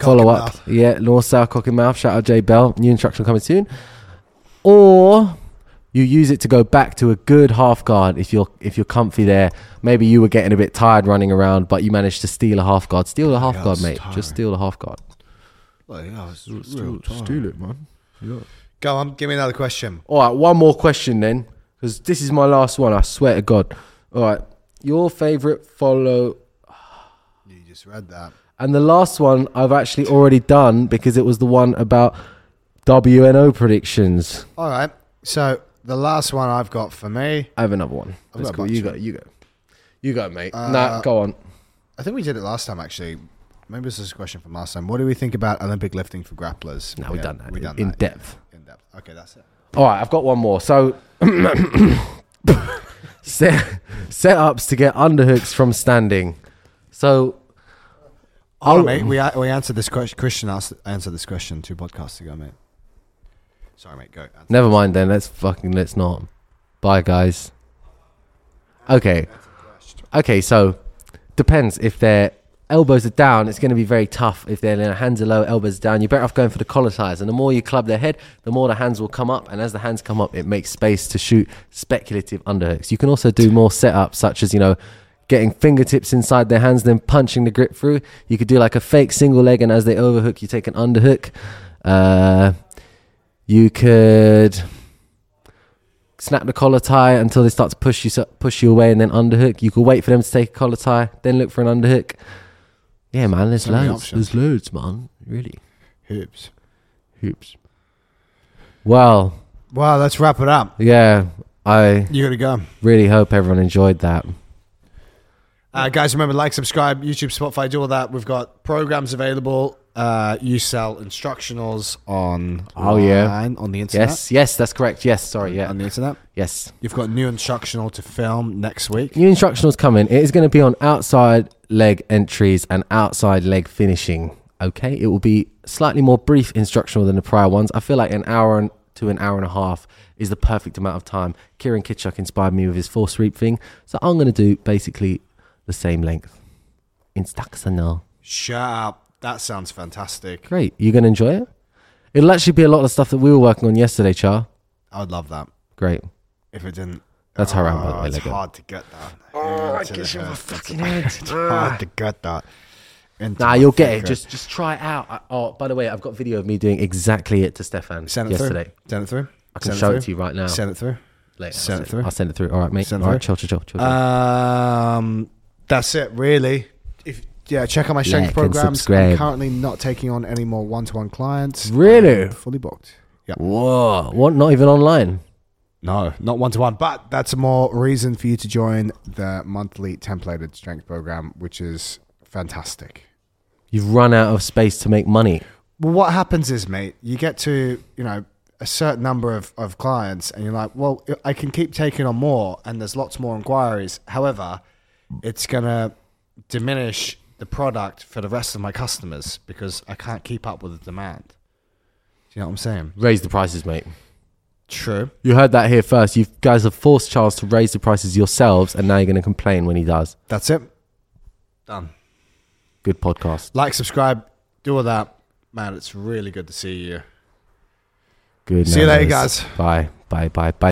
[SPEAKER 2] follow up.
[SPEAKER 3] mouth.
[SPEAKER 2] Yeah, north south cock and mouth. Shout out J Bell. New instruction coming soon. Or you use it to go back to a good half guard if you're if you're comfy there. Maybe you were getting a bit tired running around, but you managed to steal a half guard. Steal a half
[SPEAKER 3] Yeah,
[SPEAKER 2] guard,
[SPEAKER 3] it's
[SPEAKER 2] mate.
[SPEAKER 3] tiring.
[SPEAKER 2] Just steal a half guard.
[SPEAKER 3] Well, yeah, it's real time.
[SPEAKER 2] it, man.
[SPEAKER 3] Go on, give me another question.
[SPEAKER 2] All right, one more question then, because this is my last one. I swear to God. All right, your favorite follow
[SPEAKER 3] You just read that.
[SPEAKER 2] And the last one I've actually already done because it was the one about WNO predictions.
[SPEAKER 3] All right. So the last one I've got for me,
[SPEAKER 2] I have another one.
[SPEAKER 3] I've got
[SPEAKER 2] That's
[SPEAKER 3] a
[SPEAKER 2] cool.
[SPEAKER 3] bunch.
[SPEAKER 2] You go. You go. You go, mate.
[SPEAKER 3] Uh,
[SPEAKER 2] nah, go on.
[SPEAKER 3] I think we did it last time actually. Maybe this is a question from last time. What do we think about Olympic lifting for grapplers?
[SPEAKER 2] No, we've
[SPEAKER 3] Yeah,
[SPEAKER 2] done that
[SPEAKER 3] We've done
[SPEAKER 2] in
[SPEAKER 3] that, yeah.
[SPEAKER 2] depth.
[SPEAKER 3] In depth. Okay, that's it.
[SPEAKER 2] All right, I've got one more. So, (coughs) set, set ups to get underhooks from standing. So,
[SPEAKER 3] Oh, mate, we a- we answered this question. Christian asked, answered this question two podcasts ago, mate. Sorry, mate. Go. Answer.
[SPEAKER 2] never mind then. Let's fucking let's not. Bye, guys. Okay. Okay, so depends if they're elbows are down, it's going to be very tough if their you know, hands are low, elbows are down. You're better off going for the collar ties. And the more you club their head, the more the hands will come up. And as the hands come up, it makes space to shoot speculative underhooks. You can also do more setups, such as, you know, getting fingertips inside their hands, then punching the grip through. You could do like a fake single leg, and as they overhook, you take an underhook. Uh, you could snap the collar tie until they start to push you push you away, and then underhook. You could wait for them to take a collar tie, then look for an underhook. Yeah, man, there's
[SPEAKER 3] So many
[SPEAKER 2] loads.
[SPEAKER 3] options.
[SPEAKER 2] There's loads, man. Really,
[SPEAKER 3] Hoops.
[SPEAKER 2] hoops. Well,
[SPEAKER 3] Wow, let's wrap it up.
[SPEAKER 2] yeah, I
[SPEAKER 3] You gotta go.
[SPEAKER 2] really hope everyone enjoyed that.
[SPEAKER 3] Uh, guys, remember like, subscribe, YouTube, Spotify, do all that. We've got programs available. Uh, you sell instructionals on
[SPEAKER 2] Oh, yeah.
[SPEAKER 3] online, on the internet.
[SPEAKER 2] Yes, yes, that's correct. Yes, sorry, yeah,
[SPEAKER 3] on the internet.
[SPEAKER 2] yes.
[SPEAKER 3] You've got new instructional to film next week.
[SPEAKER 2] New instructionals coming. It is going to be on outside leg entries and outside leg finishing. Okay, it will be slightly more brief instructional than the prior ones. I feel like an hour and to an hour and a half is the perfect amount of time. Kieran Kitchuk inspired me with his force sweep thing, so I'm going to do basically the same length. Instructional.
[SPEAKER 3] Shut up. That sounds fantastic.
[SPEAKER 2] Great. You going to enjoy it? It'll actually be a lot of stuff that we were working on yesterday, Char.
[SPEAKER 3] I would love that.
[SPEAKER 2] Great.
[SPEAKER 3] If it didn't.
[SPEAKER 2] That's how I am, by the
[SPEAKER 3] Oh,
[SPEAKER 2] way,
[SPEAKER 3] It's
[SPEAKER 2] Lego.
[SPEAKER 3] hard to get that. Oh, I guess you fucking head. It's hard to get that. into
[SPEAKER 2] Ah. Nah,
[SPEAKER 3] my
[SPEAKER 2] you'll get it.
[SPEAKER 3] thinker.
[SPEAKER 2] Just just try it out. I, oh, by the way, I've got video of me doing exactly it to Stefan
[SPEAKER 3] send it
[SPEAKER 2] yesterday.
[SPEAKER 3] through. Send it through.
[SPEAKER 2] I can
[SPEAKER 3] send
[SPEAKER 2] show
[SPEAKER 3] through.
[SPEAKER 2] it to you right now.
[SPEAKER 3] Send it through.
[SPEAKER 2] Later.
[SPEAKER 3] send
[SPEAKER 2] I'll
[SPEAKER 3] it through.
[SPEAKER 2] I'll send it through. All right, mate.
[SPEAKER 3] Send it Uh,
[SPEAKER 2] All right, chill, chill, chill, chill.
[SPEAKER 3] Um, that's it, really. If yeah, check out my strength
[SPEAKER 2] Like and
[SPEAKER 3] programs.
[SPEAKER 2] subscribe.
[SPEAKER 3] I'm currently not taking on any more one-to-one clients.
[SPEAKER 2] Really?
[SPEAKER 3] I'm fully booked. Yeah.
[SPEAKER 2] Whoa! What? Not even online.
[SPEAKER 3] No, not one to one, but that's more reason for you to join the monthly templated strength program, which is fantastic.
[SPEAKER 2] You've run out of space to make money.
[SPEAKER 3] Well, what happens is, mate, you get to you know a certain number of, of clients, and you're like, well, I can keep taking on more, and there's lots more inquiries. However, it's gonna diminish the product for the rest of my customers because I can't keep up with the demand. Do you know what I'm saying?
[SPEAKER 2] Raise the prices, mate.
[SPEAKER 3] True.
[SPEAKER 2] You heard that here first. You guys have forced Charles to raise the prices yourselves, and now you're going to complain when he does.
[SPEAKER 3] That's it. Done.
[SPEAKER 2] Good podcast.
[SPEAKER 3] Like, subscribe, do all that, man. It's really good to see you.
[SPEAKER 2] Good.
[SPEAKER 3] See you later,
[SPEAKER 2] manners. Bye. Bye. Bye. Bye.